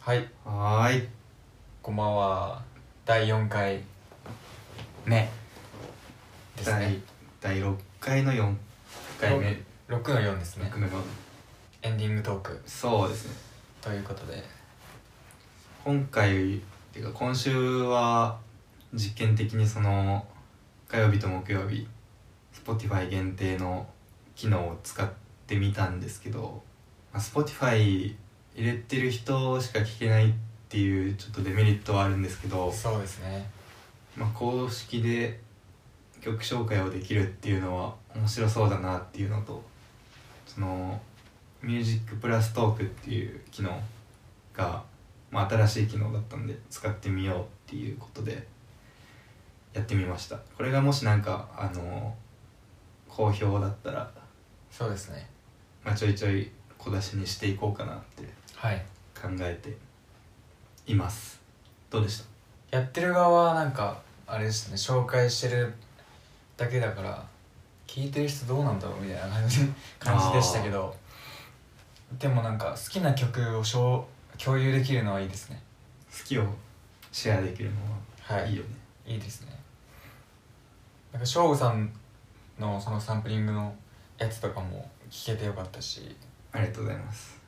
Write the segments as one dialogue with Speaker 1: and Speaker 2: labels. Speaker 1: はい、
Speaker 2: はーい
Speaker 1: こんばんは。第4回目です
Speaker 2: 第
Speaker 1: ね。
Speaker 2: 第6回の4回目
Speaker 1: 6の4ですね
Speaker 2: 6。の4
Speaker 1: エンディングトーク
Speaker 2: そうですね
Speaker 1: ということで、
Speaker 2: 今回っていうか今週は実験的にその火曜日と木曜日 Spotify 限定の機能を使ってみたんですけどまあ Spotify 入れてる人しか聞けないっていうちょっとデメリットはあるんですけど、
Speaker 1: そうですね。
Speaker 2: まあ、公式で曲紹介をできるっていうのは面白そうだなっていうのとその「ミュージックプラストーク」っていう機能が、まあ、新しい機能だったんで使ってみようっていうことでやってみましたこれがもしなんかあの好評だったら、
Speaker 1: そうですね。
Speaker 2: まあ、ちょいちょい小出しにしていこうかなって
Speaker 1: はい。
Speaker 2: 考えていますどうでした
Speaker 1: やってる側はなんか、あれですね、紹介してるだけだから、聞いてる人どうなんだろうみたいな感じ感じでしたけど、でもなんか好きな曲をしょう共有できるのはいいですね。
Speaker 2: 好きをシェアできるの
Speaker 1: は
Speaker 2: はいいよね、
Speaker 1: いいですねなんか省吾さんのそのサンプリングのやつとかも聞けてよかったし
Speaker 2: ありがとうございます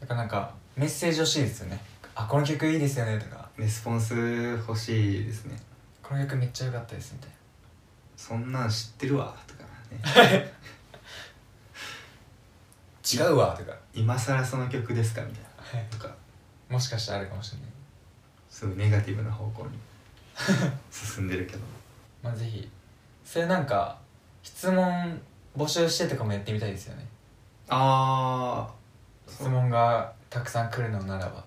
Speaker 1: だからなんかメッセージ欲しいですよねあこの曲いいですよねとか
Speaker 2: レスポンス欲しいですね
Speaker 1: この曲めっちゃ良かったですみたい
Speaker 2: そんなん知ってるわとかね
Speaker 1: な違うわとか、
Speaker 2: 今更その曲ですかみたいな
Speaker 1: はい
Speaker 2: とか
Speaker 1: もしかしたらあるかもしれない、
Speaker 2: すごいネガティブな方向に進んでるけど
Speaker 1: まあ、ぜひそれなんか質問募集してとかもやってみたいですよね
Speaker 2: あ
Speaker 1: 質問がたくさん来るのならば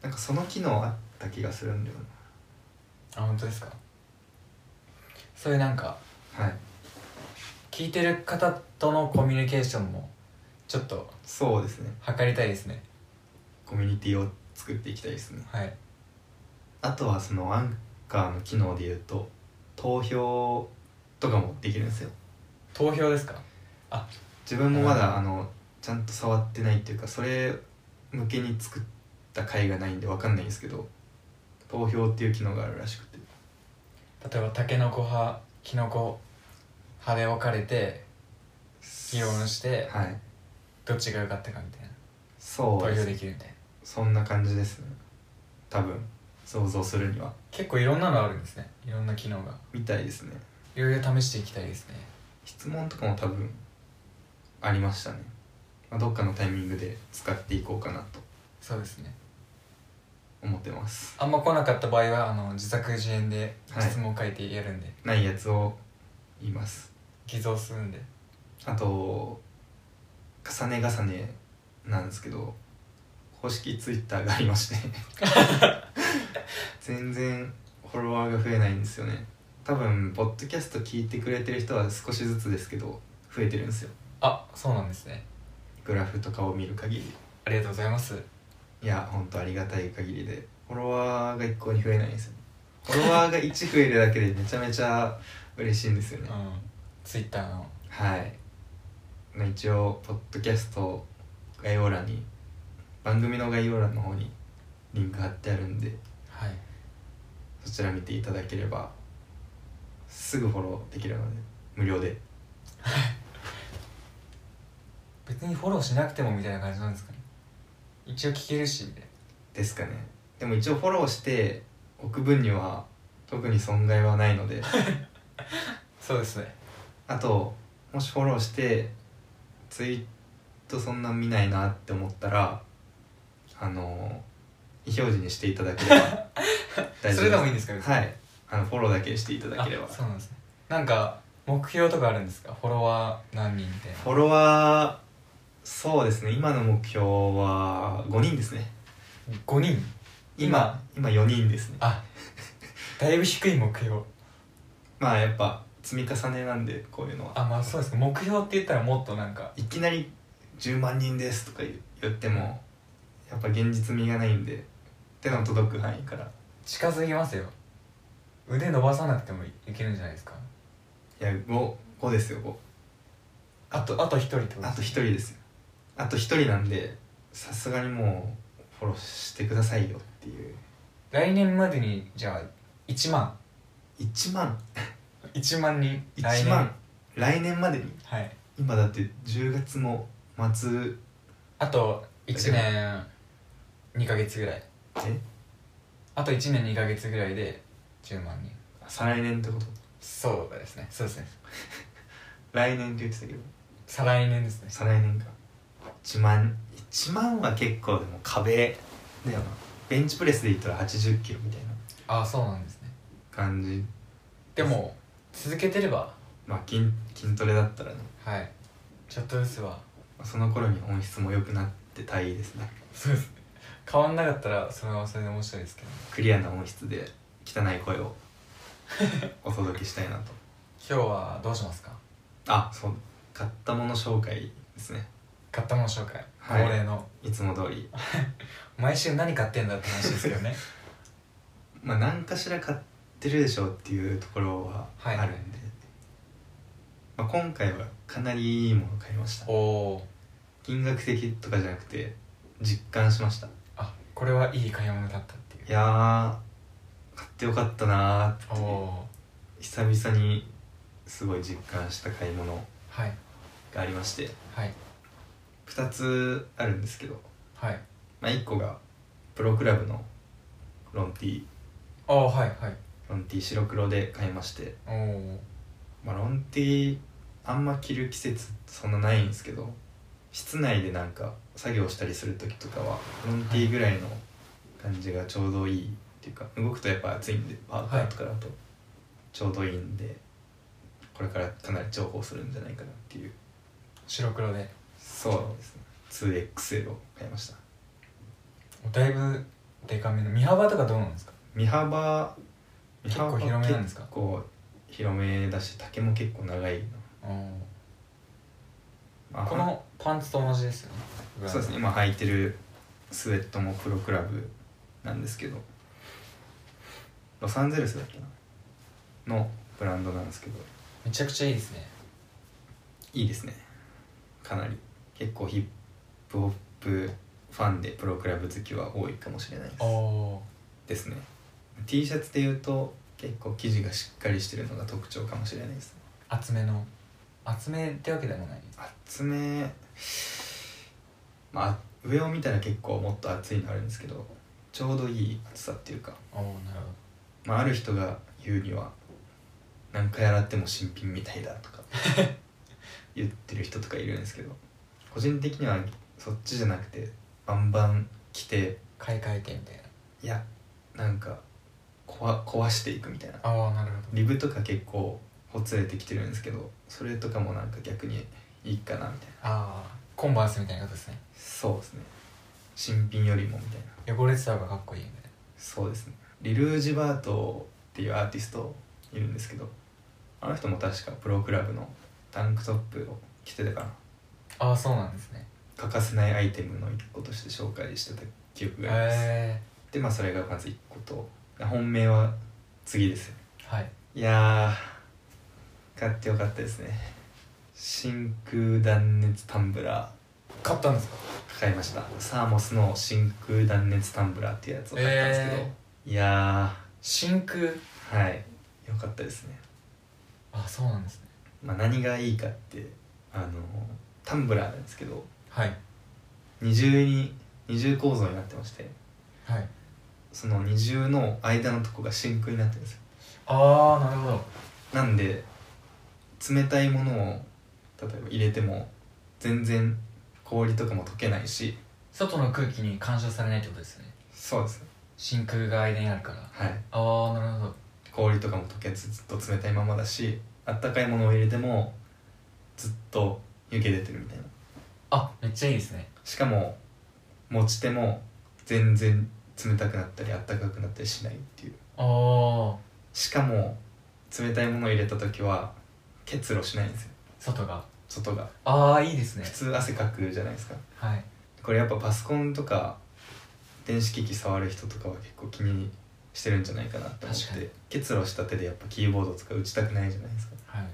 Speaker 2: ーなんかその機能あった気がするんだよ
Speaker 1: あ本当ですかそういうなんか
Speaker 2: なはい
Speaker 1: 聞いてる方とのコミュニケーションもちょっと
Speaker 2: そうですね
Speaker 1: 測りたいですね
Speaker 2: コミュニティを作っていきたいですね
Speaker 1: はい
Speaker 2: あとはそのアンカーの機能で言うと投票とかもできるんですよ
Speaker 1: 投票ですか
Speaker 2: 自分もま
Speaker 1: うん
Speaker 2: だあのちゃんと触ってないっていうかそれ向けに作った回がないんでわかんないんですけど投票っていう機能があるらしくて
Speaker 1: 例えばタケノコ派キノコ派で分かれて議論して
Speaker 2: はい
Speaker 1: どっちが良かったかみたいな投
Speaker 2: そう
Speaker 1: 票
Speaker 2: です
Speaker 1: できるみたいな
Speaker 2: そんな感じですね多分想像するには
Speaker 1: 結構いろんなのあるんですねいろんな機能が
Speaker 2: みたいですね
Speaker 1: いろいろ試していきたいですね
Speaker 2: 質問とかも多分ありましたね、まあ、どっかのタイミングで使っていこうかなと
Speaker 1: そうですね
Speaker 2: 思ってます
Speaker 1: あんま来なかった場合はあの自作自演で質問を書いてやるんで、
Speaker 2: ないやつを言います
Speaker 1: 偽造するんで
Speaker 2: あと重ね重ねなんですけど公式ツイッターがありまして全然フォロワーが増えないんですよね多分ポッドキャスト聞いてくれてる人は少しずつですけど増えてるんですよ
Speaker 1: あそうなんですね
Speaker 2: グラフとかを見る限り
Speaker 1: ありがとうございます
Speaker 2: いやほんとありがたい限りでフォロワーが一向に増えないんですよフォロワーが1増えるだけでめちゃめちゃ嬉しいんですよ
Speaker 1: う
Speaker 2: ね
Speaker 1: んツイッターの
Speaker 2: はいまあ一応ポッドキャスト概要欄に番組の概要欄の方にリンク貼ってあるんで
Speaker 1: はい
Speaker 2: そちら見ていただければすぐフォローできるので無料で
Speaker 1: 別にフォローしなくてもみたいな感じなんですかね一応聞けるしみたいな
Speaker 2: ですかねでも一応フォローしておく分には特に損害はないので
Speaker 1: そうですね
Speaker 2: あともしフォローしてツイートそんな見ないなって思ったらあの非表示にしていただけ れば大丈夫
Speaker 1: それでもいいんですか
Speaker 2: はいあのフォローだけしていただければ
Speaker 1: あ
Speaker 2: フ
Speaker 1: そうなんですねなんか目標とかあるんですかフォロワー何人みたいな
Speaker 2: ォロワーそうですね今の目標は5人ですね
Speaker 1: 5人
Speaker 2: 今今4人ですね
Speaker 1: あだいぶ低い目標
Speaker 2: まあやっぱ積み重ねなんでこういうのは
Speaker 1: あまあそうですね目標って言ったらもっとなんか
Speaker 2: いきなり10万人ですとか言言ってもやっぱ現実味がないんで手の届く範囲から
Speaker 1: 近づきますよ腕伸ばさなくてもいけるんじゃないですか
Speaker 2: いや 5, 5ですよ5
Speaker 1: あとあと1人ってこと
Speaker 2: あと1
Speaker 1: です
Speaker 2: 人ですよあと1人なんでさすがにもうフォローしてくださいよっていう
Speaker 1: 来年までにじゃあ1万
Speaker 2: 1万
Speaker 1: 1万人
Speaker 2: 1万来年までに
Speaker 1: はい
Speaker 2: 今だって10月の末
Speaker 1: あと1年2ヶ月ぐらい
Speaker 2: え
Speaker 1: あと1年2ヶ月ぐらいで10万人
Speaker 2: 再来年ってこと
Speaker 1: そうですねそうですね
Speaker 2: 来年って言ってたけど
Speaker 1: 再来年ですね
Speaker 2: 再来年か1万1万は結構でも壁だよなベンチプレスで言ったら8 0キロみたいな
Speaker 1: ああそうなんですね
Speaker 2: 感じ
Speaker 1: でも続けてれば
Speaker 2: まあ筋筋トレだったらね
Speaker 1: はいちょっとずつは
Speaker 2: その頃に音質も良くなってたいですね
Speaker 1: そうですね変わんなかったらそれはそれで面白いですけど
Speaker 2: クリアな音質で汚い声 をお届けしたいなと
Speaker 1: 今日はどうしますか
Speaker 2: あそう買ったもの紹介ですね
Speaker 1: 買ったもの紹介恒
Speaker 2: はい
Speaker 1: 例の、
Speaker 2: いつも通り
Speaker 1: 毎週何買ってんだって話ですけどね
Speaker 2: まあ何かしら買ってるでしょうっていうところはあ
Speaker 1: はい
Speaker 2: るんで、まあ、今回はかなりいいもの買いました
Speaker 1: お お
Speaker 2: 金額的とかじゃなくて実感しましたい
Speaker 1: あこれはいい買い物だったっていう
Speaker 2: やー買ってよかったな
Speaker 1: お
Speaker 2: ーっていう
Speaker 1: お
Speaker 2: 久々にすごい実感した買い物
Speaker 1: はい
Speaker 2: がありまして
Speaker 1: はい
Speaker 2: 2つあるんですけど、
Speaker 1: はい
Speaker 2: まあ、1個がプロクラブのロンティー
Speaker 1: ああはいはい
Speaker 2: ロンティー白黒で買いまして、
Speaker 1: おお
Speaker 2: まあ、ロンティーあんま着る季節そんなないんですけど室内でなんか作業したりする時とかはロンティーぐらいの感じがちょうどいいっていうか動くとやっぱ暑いんでパーカーとかだとちょうどいいんで、これからかなり重宝するんじゃないかなっていう
Speaker 1: 白黒で
Speaker 2: そうですね 2XL を買いました
Speaker 1: だいぶデカめの身幅とかどうなんですか
Speaker 2: 身幅
Speaker 1: 結構広めなんですか
Speaker 2: 結構広めだし丈も結構長い
Speaker 1: おお
Speaker 2: な、まあ
Speaker 1: このパンツと同じですよね
Speaker 2: そうですね今履いてるスウェットもプロクラブなんですけどロサンゼルスだっけなのブランドなんですけど
Speaker 1: めちゃくちゃいいですね
Speaker 2: いいですねかなり結構ヒップホップファンでプロクラブ好きは多いかもしれないです
Speaker 1: おお
Speaker 2: ですね T シャツでいうと結構生地がしっかりしてるのが特徴かもしれないですね
Speaker 1: 厚めの厚めってわけでもない
Speaker 2: 厚めまあ上を見たら結構もっと厚いのあるんですけどちょうどいい厚さっていうか、
Speaker 1: おおなるほ
Speaker 2: まあ、ある人が言うには何回洗っても新品みたいだとか言ってる人とかいるんですけど個人的にはそっちじゃなくてバンバン着て
Speaker 1: 買い替えてみたいない
Speaker 2: やなんか壊壊していくみたいな
Speaker 1: ああなるほ
Speaker 2: リブとか結構ほつれてきてるんですけどそれとかもなんか逆にいいかなみたいな
Speaker 1: ああコンバースみたいなことですね
Speaker 2: そうですね新品よりもみたいな
Speaker 1: 汚れてた方がかっこいいみたい
Speaker 2: そうですねリルージバートっていうアーティストいるんですけどあの人も確かプロクラブのタンクトップを着てたかな
Speaker 1: なああそうなんですね
Speaker 2: 欠かせないアイテムの一個として紹介してた記憶があります、
Speaker 1: へ
Speaker 2: でまあそれがまず一個と本命は次ですよ
Speaker 1: えはい
Speaker 2: いやー買ってよかったですね真空断熱タンブラ
Speaker 1: 買ったんですか
Speaker 2: ー買いましたサーモスの真空断熱タンブラーっていうやつを買ったんですけど、いやー
Speaker 1: 真空
Speaker 2: はい良かったですね、
Speaker 1: ああそうなんですね
Speaker 2: まあ、何がいいかってあのタンブラーなんですけど
Speaker 1: はい
Speaker 2: 二重に二重構造になってまして
Speaker 1: はい
Speaker 2: その二重の間のとこが真空になってるんですよ
Speaker 1: ああなるほど
Speaker 2: なんで冷たいものを例えば入れても全然氷とかも溶けないし
Speaker 1: 外の空気に干渉されないってことですよね
Speaker 2: そうですね
Speaker 1: 真空が間にあるから
Speaker 2: はい
Speaker 1: ああなるほど
Speaker 2: 氷とかも溶けずずっと冷たいままだしあったかいものを入れてもずっと湯気出てるみたいな
Speaker 1: あめっちゃいいですね
Speaker 2: しかも持ち手も全然冷たくなったりあったかくなったりしないっていう
Speaker 1: ああ
Speaker 2: しかも冷たいものを入れた時は結露しないんですよ
Speaker 1: 外が
Speaker 2: 外が
Speaker 1: ああいいですね
Speaker 2: 普通汗かくじゃないですか
Speaker 1: はい
Speaker 2: これやっぱパソコンとか電子機器触る人とかは結構気にしてるんじゃないかなって思っ
Speaker 1: 確かに
Speaker 2: て結露した手でやっぱキーボードとか打ちたくないじゃないですか
Speaker 1: はい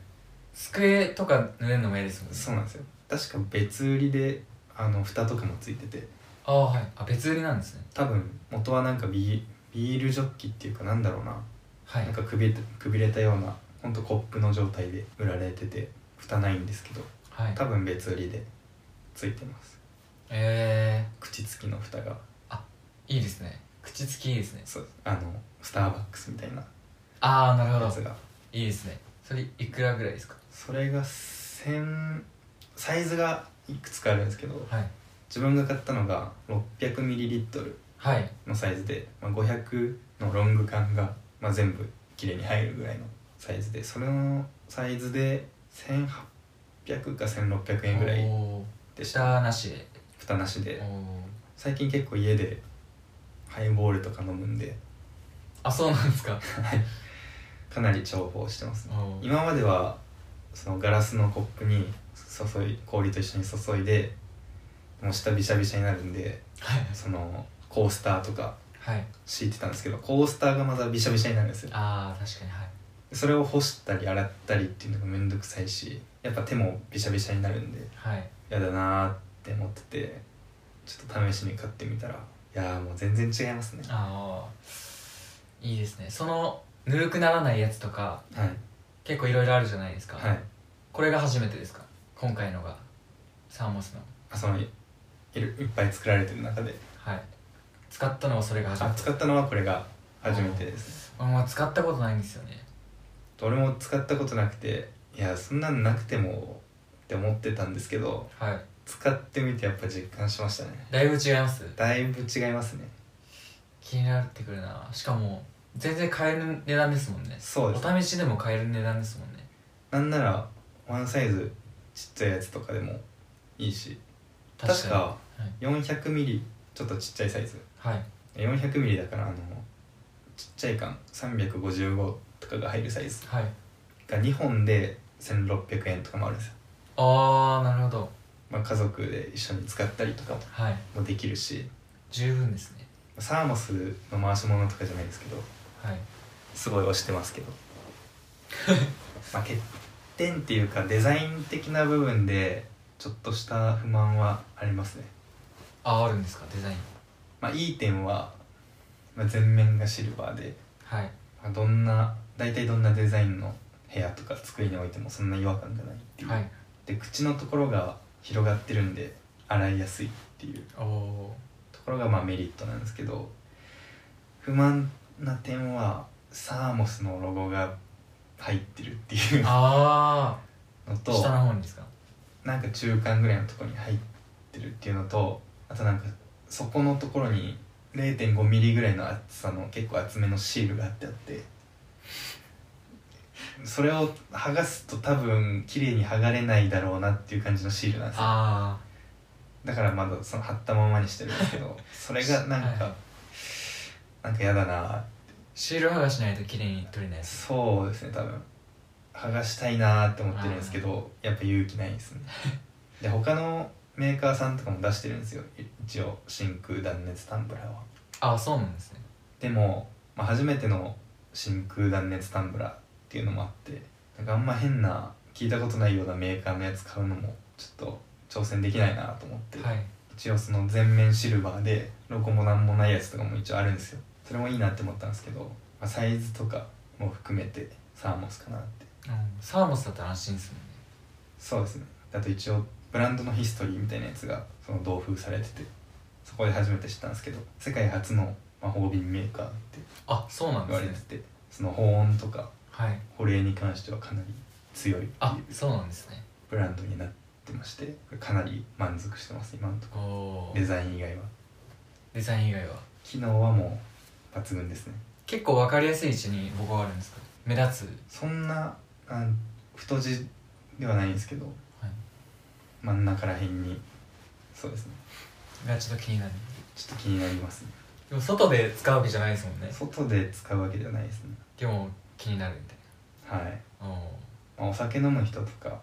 Speaker 1: 机とか濡れるのも嫌ですもんね
Speaker 2: そうなんですよ確か別売りであの蓋とかもついてて
Speaker 1: あああはいあ別売りなんですね
Speaker 2: 多分元はなんかビビールジョッキっていうかなんだろうな
Speaker 1: はい
Speaker 2: なんかくびれくびれたようなほんとコップの状態で売られてて蓋ないんですけど
Speaker 1: はい
Speaker 2: 多分別売りでついてます
Speaker 1: え
Speaker 2: 口付きの蓋が
Speaker 1: ー、いいですね口つきいいですね
Speaker 2: そうあのスターバックスみたいな
Speaker 1: ああなるほ
Speaker 2: や
Speaker 1: ど
Speaker 2: つが
Speaker 1: いいですねそれいくらぐらいですか
Speaker 2: それが1000サイズがいくつかあるんですけど
Speaker 1: はい
Speaker 2: 自分が買ったのが 600ml
Speaker 1: はい
Speaker 2: のサイズで、まあ、500のロング缶が、まあ、全部きれいに入るぐらいのサイズでそれのサイズで1800か1600円ぐらい
Speaker 1: おー
Speaker 2: でした
Speaker 1: 下なしで
Speaker 2: 蓋なし
Speaker 1: お
Speaker 2: で
Speaker 1: ー
Speaker 2: 最近結構家でハイボールとか飲むんで
Speaker 1: あそうなんです か
Speaker 2: かなり重宝してますね
Speaker 1: おー
Speaker 2: 今まではそのガラスのコップに注い氷と一緒に注いでもう下びしゃびしゃになるんで
Speaker 1: はい
Speaker 2: そのコースターとか
Speaker 1: はい
Speaker 2: 敷いてたんですけどコースターがまたびしゃびしゃになるんですよ
Speaker 1: ああ確かにはい
Speaker 2: それを干したり洗ったりっていうのがめんどくさいしやっぱ手もびしゃびしゃになるんで
Speaker 1: はい
Speaker 2: やだなーって思っててちょっと試しに買ってみたらいやーもう全然違いますね
Speaker 1: ああいいですねそのぬるくならないやつとか
Speaker 2: はい
Speaker 1: 結構いろいろあるじゃないですか、
Speaker 2: はい
Speaker 1: これが初めてですか今回のがサーモスの
Speaker 2: あそのいいるいっぱい作られてる中で
Speaker 1: はい使ったのはそれが初め
Speaker 2: あ
Speaker 1: て
Speaker 2: 使ったのはこれが初めてですね
Speaker 1: あんま使ったことないんですよね
Speaker 2: 俺も使ったことなくていやそんなんなくてもって思ってたんですけど
Speaker 1: はい
Speaker 2: 使ってみてやっぱ実感しましたね
Speaker 1: だいぶ違います
Speaker 2: だいぶ違いますね
Speaker 1: 気になってくるなしかも全然買える値段ですもんね
Speaker 2: そうです
Speaker 1: お試しでも買える値段ですもんね
Speaker 2: なんならワンサイズちっちゃいやつとかでもいいし確か
Speaker 1: はい
Speaker 2: 400ミリちょっとちっちゃいサイズ
Speaker 1: はい
Speaker 2: 400ミリだからあのちっちゃい缶355とかが入るサイズ
Speaker 1: はい
Speaker 2: が2本で1600円とかもあるんですよ、
Speaker 1: ああなるほど
Speaker 2: まあ、家族で一緒に使ったりとか
Speaker 1: はい
Speaker 2: もできるし
Speaker 1: 十分ですね
Speaker 2: サーモスの回し物とかじゃないですけど
Speaker 1: はい
Speaker 2: すごい推してますけどまあ欠点っていうかデザイン的な部分でちょっとした不満はありますね
Speaker 1: あああるんですかデザイン
Speaker 2: まあいい点は、まあ、全面がシルバーで、
Speaker 1: はい
Speaker 2: まあ、どんな大体どんなデザインの部屋とか机に置いてもそんな違和感がないっていう、
Speaker 1: はい
Speaker 2: で口のところが広がってるんで洗いやすいっていう
Speaker 1: おお
Speaker 2: ところがまあメリットなんですけど不満な点はサーモスのロゴが入ってるって いう
Speaker 1: あ
Speaker 2: の
Speaker 1: あ
Speaker 2: と
Speaker 1: 下の方にですか
Speaker 2: なんか中間ぐらいのところに入ってるっていうのとあとなんかそこのところに0 5ミリぐらいの厚さの結構厚めのシールがあってあってそれを剥がすと多分綺麗に剥がれないだろうなっていう感じのシールなんですよ
Speaker 1: あ
Speaker 2: だからまだその貼ったままにしてるんですけどそれがなんか、
Speaker 1: はい
Speaker 2: なんかやだなー
Speaker 1: あシール剥がしないと綺麗に取れないです
Speaker 2: そうですね多分剥がしたいなーって思ってるんですけどやっぱ勇気ないですねで他のメーカーさんとかも出してるんですよ一応真空断熱タンブラーは
Speaker 1: ああそうなんですね
Speaker 2: でも、まあ、初めての真空断熱タンブラーっていうのもあってなんかあんま変な聞いたことないようなメーカーのやつ買うのもちょっと挑戦できないなと思って、
Speaker 1: はい
Speaker 2: 一応その全面シルバーでロゴもなんもないやつとかも一応あるんですよそれもいいなって思ったんですけど、まあ、サイズとかも含めてサーモスかなって
Speaker 1: うんサーモスだったら安心ですもんね
Speaker 2: そうですねあと一応ブランドのヒストリーみたいなやつがその同封されててそこで初めて知ったんですけど世界初の魔法瓶メーカーって
Speaker 1: あそうなん
Speaker 2: 言
Speaker 1: で
Speaker 2: わ
Speaker 1: す
Speaker 2: れ
Speaker 1: ね
Speaker 2: ててその保温とか
Speaker 1: はい
Speaker 2: 保冷に関してはかなり強いっていう
Speaker 1: あそうなんですね
Speaker 2: ブランドになってましてかなり満足してます今のとこ
Speaker 1: おお
Speaker 2: ろデザイン以外は
Speaker 1: デザイン以外は
Speaker 2: 機能はもう抜群ですね
Speaker 1: 結構分かりやすい位置に僕はあるんですか目立つ、
Speaker 2: そんなあ太字ではないんですけど
Speaker 1: はい、
Speaker 2: 真ん中らへんにそうですね
Speaker 1: がちょっと気になる
Speaker 2: ちょっと気になりますね
Speaker 1: でも外で使うわけじゃないですもんね
Speaker 2: 外で使うわけではないですね
Speaker 1: でも気になるみたい
Speaker 2: はい、
Speaker 1: なおお
Speaker 2: まあ、お酒飲む人とか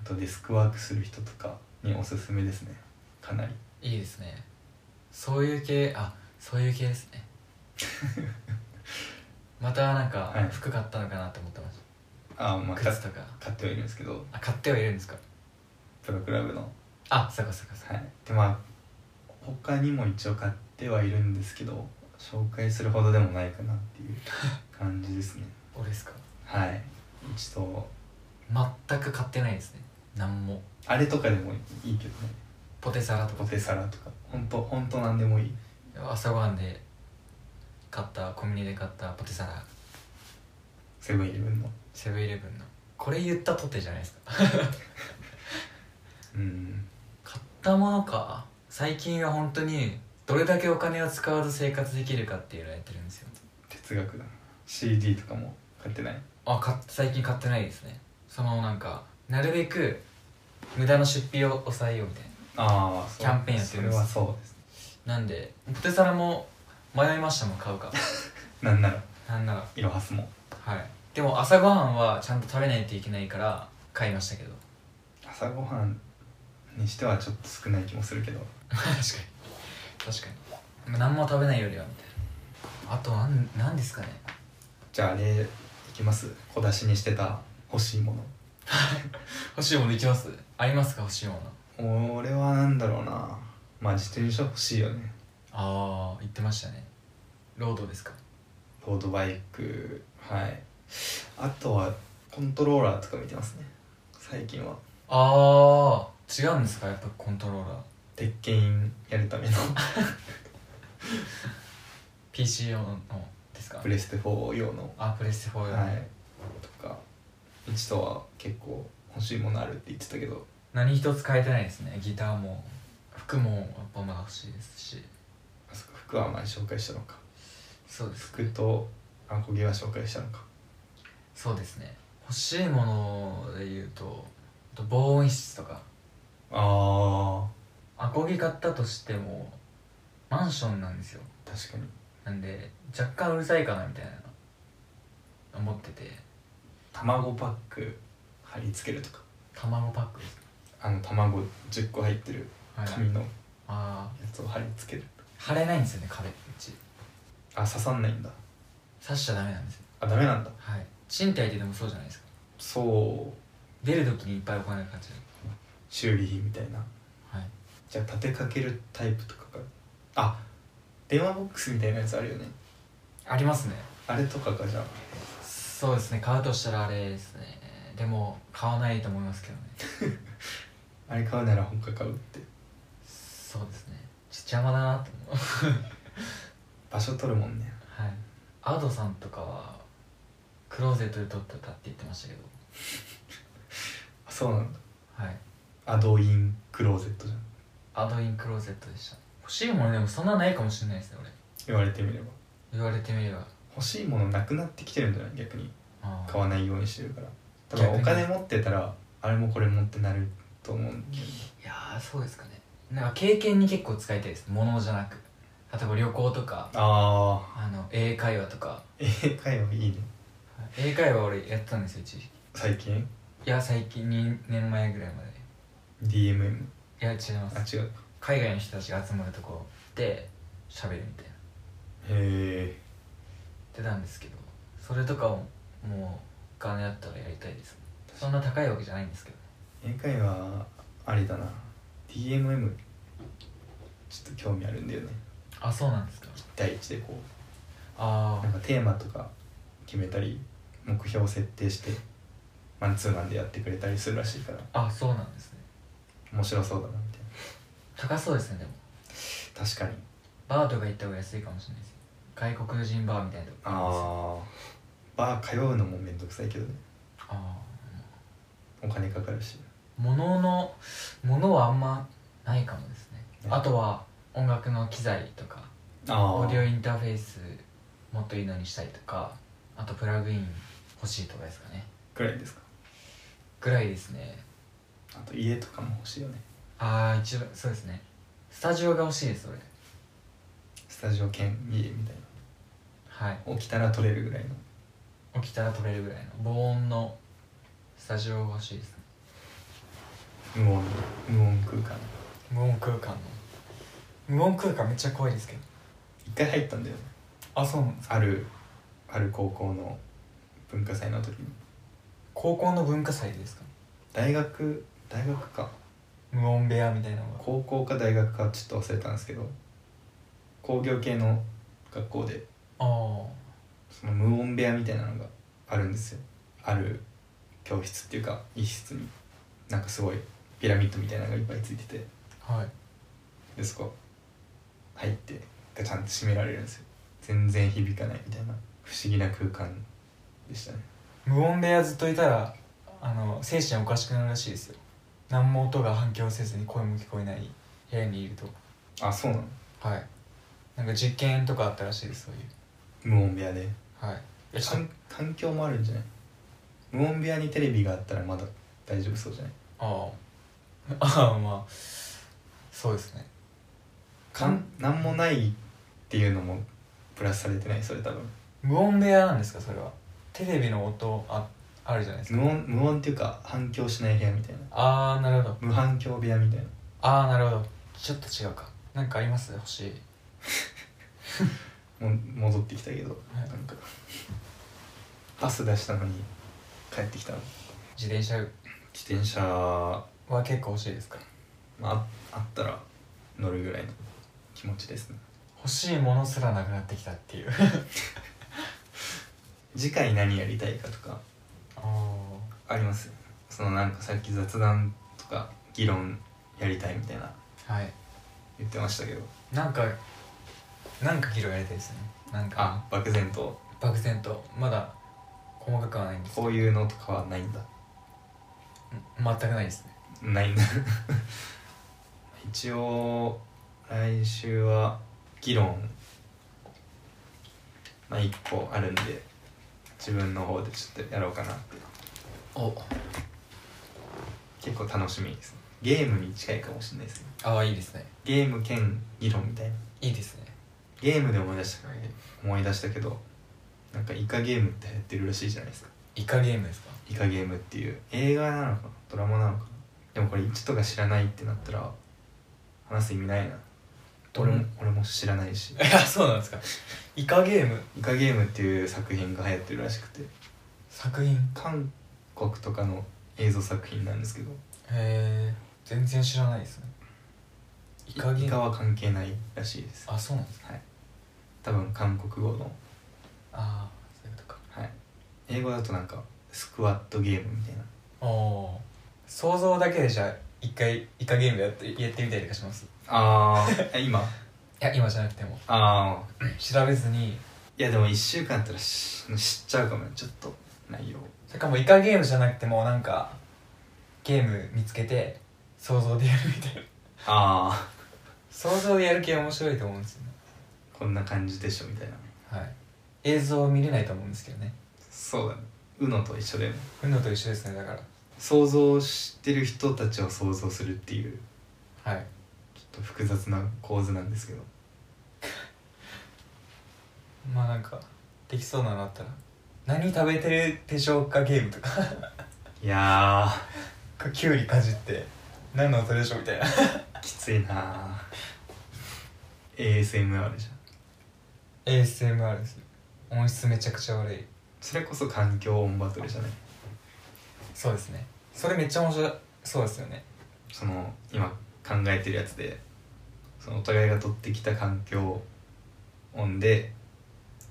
Speaker 2: あとデスクワークする人とかにおすすめですねかなり
Speaker 1: いいですねそういう系あそういう系 ですねまたなんか
Speaker 2: はい
Speaker 1: 服買ったのかなって思ってまし
Speaker 2: ああま
Speaker 1: た
Speaker 2: あ買っ
Speaker 1: 靴とか
Speaker 2: 買ってはいるんですけど
Speaker 1: あ買ってはいるんですか
Speaker 2: プロクラブの
Speaker 1: あそうかそうかそうか
Speaker 2: はいでまあ他にも一応買ってはいるんですけど紹介するほどでもないかなっていう感じですね
Speaker 1: 俺ですか
Speaker 2: はい一度
Speaker 1: 全く買ってないですねなんも
Speaker 2: あれとかでもいいけどね
Speaker 1: ポテサラと
Speaker 2: ポ
Speaker 1: か
Speaker 2: テサラとかほんとほんとなんでもいい
Speaker 1: 朝ごはんで買ったコンビニで買ったポテサラ
Speaker 2: セブンイレブンの
Speaker 1: セブンイレブンのこれ言ったとてじゃないですか
Speaker 2: うん
Speaker 1: 買ったものか最近は本当にどれだけお金を使わず生活できるかっていうのをやってるんですよ
Speaker 2: 哲学だな CD とかも買ってない
Speaker 1: あ買っ最近買ってないですねそのなんかなるべく無駄の出費を抑えようみたい
Speaker 2: ああ
Speaker 1: キャンペーンやってるん
Speaker 2: それ
Speaker 1: です
Speaker 2: はそうです
Speaker 1: ななんでポテサラも迷いましたもん買うか
Speaker 2: なんなら
Speaker 1: なんなら
Speaker 2: イロハスも
Speaker 1: はいでも朝ごはんはちゃんと食べないといけないから買いましたけど
Speaker 2: 朝ごはんにしてはちょっと少ない気もするけど
Speaker 1: 確かに確かに何も食べないよりはみたいなあとなんなんですかね
Speaker 2: じゃああれいきます小出しにしてた欲しいもの
Speaker 1: 欲しいものいきますありますか欲しいもの
Speaker 2: 俺はなんだろうなまあ自転車欲しいよね
Speaker 1: ああ言ってましたねロードですか
Speaker 2: ロードバイクはいあとはコントローラーとか見てますね最近は
Speaker 1: ああ違うんですかやっぱコントローラー
Speaker 2: 鉄拳やるための
Speaker 1: PC 用のですか
Speaker 2: プレステ4用の
Speaker 1: あプレステ4用の、
Speaker 2: はいとか一度は結構欲しいものあるって言ってたけど
Speaker 1: 何一つ変えてないですねギターも服もやっぱまだ欲しいですし
Speaker 2: あそっか服は前紹介したのか
Speaker 1: そうです
Speaker 2: 服とアンコギは紹介したのか
Speaker 1: そうですね欲しいもので言うとあと防音室とか
Speaker 2: あ
Speaker 1: アコギ買ったとしてもマンションなんですよ
Speaker 2: あ確かに
Speaker 1: なんで若干うるさいかなみたいな思ってて
Speaker 2: 卵パック貼り付けるとか
Speaker 1: 卵パックですね
Speaker 2: あの卵10個入ってる
Speaker 1: はい
Speaker 2: 紙のや
Speaker 1: ああ
Speaker 2: つを貼り付ける
Speaker 1: 貼れないんですよね壁うち
Speaker 2: あ刺さんないんだ
Speaker 1: 刺しちゃダメなんですよ
Speaker 2: あダメなんだ
Speaker 1: はい賃貸ってでもそうじゃないですか
Speaker 2: そう
Speaker 1: 出る時にいっぱいお金がかかっちゃ
Speaker 2: 修理費みたいな
Speaker 1: うはい
Speaker 2: じゃあ立てかけるタイプとかがあ電話ボックスみたいなやつあるよね
Speaker 1: ありますね
Speaker 2: あれとかがじゃあ
Speaker 1: そうですね買うとしたらあれですねでも買わないと思いますけどね
Speaker 2: あれ買うなら本家買うって
Speaker 1: そうですねちょっと邪魔だなと思う
Speaker 2: 場所取るもんね
Speaker 1: はいアドさんとかはクローゼットで撮ってたって言ってましたけど
Speaker 2: あそうなんだ
Speaker 1: はい
Speaker 2: アドインクローゼットじゃん
Speaker 1: アドインクローゼットでした欲しいものでもそんなないかもしれないですね俺
Speaker 2: 言われてみれば
Speaker 1: 言われてみれば
Speaker 2: 欲しいものなくなってきてるんじゃない逆に
Speaker 1: あー
Speaker 2: 買わないようにしてるから多分お金持ってたらあれもこれもってなると思うんだよね
Speaker 1: いやーそうですかねなんか経験に結構使いたいです物じゃなく例えば旅行とか
Speaker 2: ああ
Speaker 1: あの英会話とか
Speaker 2: 英会話いいね
Speaker 1: 英会話俺やってたんですよ一時期
Speaker 2: 最近
Speaker 1: いや最近2年前ぐらいまで
Speaker 2: DMM
Speaker 1: いや違いま
Speaker 2: あ
Speaker 1: す
Speaker 2: 違う
Speaker 1: 海外の人たちが集まるとこで喋るみたいなや
Speaker 2: へ
Speaker 1: ってたんですけどそれとかももうお金あったらやりたいですそんな高いわけじゃないんですけど
Speaker 2: え英会話ありだな DMM ちょっと興味あるんだよね
Speaker 1: あそうなんですか
Speaker 2: 1対1でこう
Speaker 1: あ
Speaker 2: なんかテーマとか決めたり目標設定してマンツーマンでやってくれたりするらしいから
Speaker 1: ああそうなんですね
Speaker 2: 面白そうだなみたい
Speaker 1: 高そうですねでも
Speaker 2: な確かに
Speaker 1: バーとか行った方が安いかもしれないです外国人バーみたいなとこ
Speaker 2: ああバー通うのもめんどくさいけどね
Speaker 1: あ
Speaker 2: お金かかるし
Speaker 1: ー物の物はあんまないかもですね
Speaker 2: ね
Speaker 1: あとは音楽の機材とか
Speaker 2: ああ
Speaker 1: オーディオインターフェースもっといいのにしたりとかあとプラグイン欲しいとかですかね
Speaker 2: くらいですか
Speaker 1: ぐらいですね
Speaker 2: あと家とかも欲しいよね
Speaker 1: ああ一番そうですねスタジオが欲しいです俺
Speaker 2: スタジオ兼家みたい
Speaker 1: はい
Speaker 2: な起きたら撮れるぐらいの
Speaker 1: 起きたら撮れるぐらいの防音のスタジオが欲しいですね
Speaker 2: 無音無音空間
Speaker 1: 無音空間の無音空間めっちゃ怖いですけど
Speaker 2: 一回入ったんだよね
Speaker 1: あそうなんです
Speaker 2: あるある高校の文化祭の時に
Speaker 1: 高校の文化祭ですか
Speaker 2: 大学大学か
Speaker 1: 無音部屋みたいなのが
Speaker 2: 高校か大学かちょっと忘れたんですけど工業系の学校で
Speaker 1: あ
Speaker 2: その無音部屋みたいなのがあるんですよある教室っていうか一室になんかすごいピラミッドみたいなのがいっぱいついてて
Speaker 1: あはい
Speaker 2: でそこ入ってガチャンと閉められるんですよ全然響かないみたいな不思議な空間でしたね
Speaker 1: 無音部屋ずっといたらあの精神おかしくなるらしいですよ何も音が反響せずに声も聞こえない部屋にいると
Speaker 2: あそうなの
Speaker 1: はいなんか実験とかあったらしいですそういう
Speaker 2: 無音部屋で
Speaker 1: はいいやちょっ
Speaker 2: 環環境もあるんじゃない無音部屋にテレビがあったらまだ大丈夫そうじゃない
Speaker 1: とあ あああまあそうですね
Speaker 2: かん何もないっていうのもプラスされてないそれ多分
Speaker 1: 無音部屋なんですかそれはテレビの音ああるじゃないですか
Speaker 2: 無音無音っていうか反響しない部屋みたいな
Speaker 1: ああなるほど
Speaker 2: 無反響部屋みたいな
Speaker 1: ああなるほどちょっと違うかなんかあります欲しい
Speaker 2: もう戻ってきたけど、
Speaker 1: はい
Speaker 2: なんかパス出したのに帰ってきたの
Speaker 1: 自転車
Speaker 2: 自転車、ま
Speaker 1: は結構欲しいですか
Speaker 2: あ、あったら乗るぐらいの気持ちですね
Speaker 1: 欲しいものすらなくなってきたっていう
Speaker 2: 次回何やりたいかとか
Speaker 1: ああ
Speaker 2: ありますそのなんかさっき雑談とか議論やりたいみたいな
Speaker 1: はい
Speaker 2: 言ってましたけど
Speaker 1: なんかなんか議論やりたいですねなんか
Speaker 2: あ漠然と
Speaker 1: 漠然とまだ細かくはないんですけど
Speaker 2: こういうのとかはないんだ
Speaker 1: 全くないですね
Speaker 2: ないんだ一応来週は議論まあ一個あるんで自分の方でちょっとやろうかなって
Speaker 1: お
Speaker 2: 結構楽しみですねゲームに近いかもしれないですね
Speaker 1: ああいいですね
Speaker 2: ゲーム兼議論みたいない
Speaker 1: いですね
Speaker 2: ゲームで思い出したから思い出したけどなんかイカゲームって流行ってるらしいじゃないですか
Speaker 1: イカゲームですか
Speaker 2: イカゲームっていう映画なのかなドラマなのかなでもこれ1とか知らないってなったら話す意味ないな俺
Speaker 1: う
Speaker 2: も
Speaker 1: ん
Speaker 2: 俺も知らないし
Speaker 1: いやそうなんですかイカゲーム
Speaker 2: イカゲームっていう作品が流行ってるらしくて
Speaker 1: 作品
Speaker 2: 韓国とかの映像作品なんですけど
Speaker 1: へえ全然知らないですねイカゲーム
Speaker 2: は関係ないらしいです
Speaker 1: あそうなんですか
Speaker 2: はい多分韓国語の
Speaker 1: ああそういうことか
Speaker 2: はい英語だとなんかスクワットゲームみたいな
Speaker 1: おお想像だけでじゃあ一回イカゲームやってやってみたりとかしますい
Speaker 2: あーえ 今
Speaker 1: や今じゃなくても
Speaker 2: ああ
Speaker 1: 調べずに
Speaker 2: いやでも1週間あったらし知っちゃうかもねちょっと内容
Speaker 1: それかもうイカゲームじゃなくてもなんかゲーム見つけて想像でやるみたいな
Speaker 2: ああ
Speaker 1: 想像でやる系面白いと思うんですよね
Speaker 2: こんな感じでしょみたいな
Speaker 1: はい映像見れないと思うんですけどね
Speaker 2: そうだね UNO と一緒だよね
Speaker 1: うのと一緒ですねだか
Speaker 2: 想像してる人たちを想像するっていう
Speaker 1: らはい
Speaker 2: ちょっと複雑な構図なんですけど
Speaker 1: まあなんかできそうなのあったら何食べてるでしょうかゲームとか
Speaker 2: いや
Speaker 1: キュウリかじって何の音でしょうみた いな
Speaker 2: ーきついなー ASMR じゃん
Speaker 1: ASMR です音質めちゃくちゃ悪い
Speaker 2: それこそ環境音バトルじゃない
Speaker 1: そうですねそれめっちゃ面白いそうですよね
Speaker 2: その今考えてるやつでそのお互いが取ってきた環境音で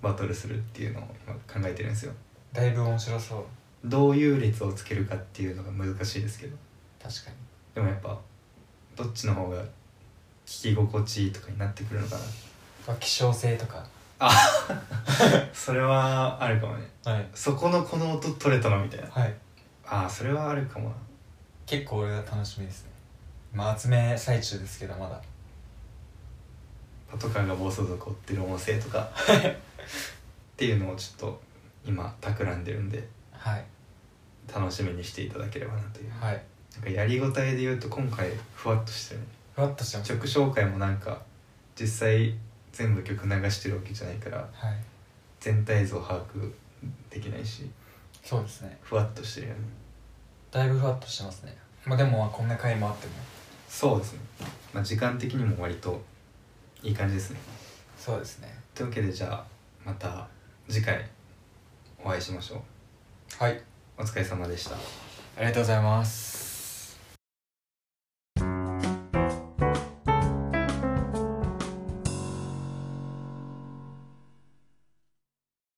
Speaker 2: バトルするっていうのを今考えてるんですよ
Speaker 1: だいぶ面白そう
Speaker 2: どういう列をつけるかっていうのが難しいですけど
Speaker 1: 確かに
Speaker 2: でもやっぱどっちの方が聞き心地いいとかになってくるのかな
Speaker 1: あ希少性とか
Speaker 2: それはあるかもね
Speaker 1: はい
Speaker 2: そこのこの音取れたのみたいな
Speaker 1: はい
Speaker 2: ああそれはあるかもな
Speaker 1: 結構俺は楽しみですねまあ集め最中ですけどまだ
Speaker 2: パトカーが暴走族追ってる音声とか っていうのをちょっと今企んでるんで
Speaker 1: はい
Speaker 2: 楽しみにしていただければなという
Speaker 1: はい
Speaker 2: なんかやりごたえで言うと今回ふわっとしてるね
Speaker 1: ふわっとしてます
Speaker 2: 曲紹介もなんか実際全部曲流してるわけじゃないから
Speaker 1: はい
Speaker 2: 全体像把握できないし
Speaker 1: そうですね
Speaker 2: ふわっとしてるよね
Speaker 1: だいぶふわっとしてますねまあでもこんな回もあっても
Speaker 2: そうですね、まあ、時間的にも割といい感じですね
Speaker 1: そうですね
Speaker 2: というわけでじゃあまた次回お会いしましょ
Speaker 1: はいう
Speaker 2: お疲れ様でした
Speaker 1: ありがとうございます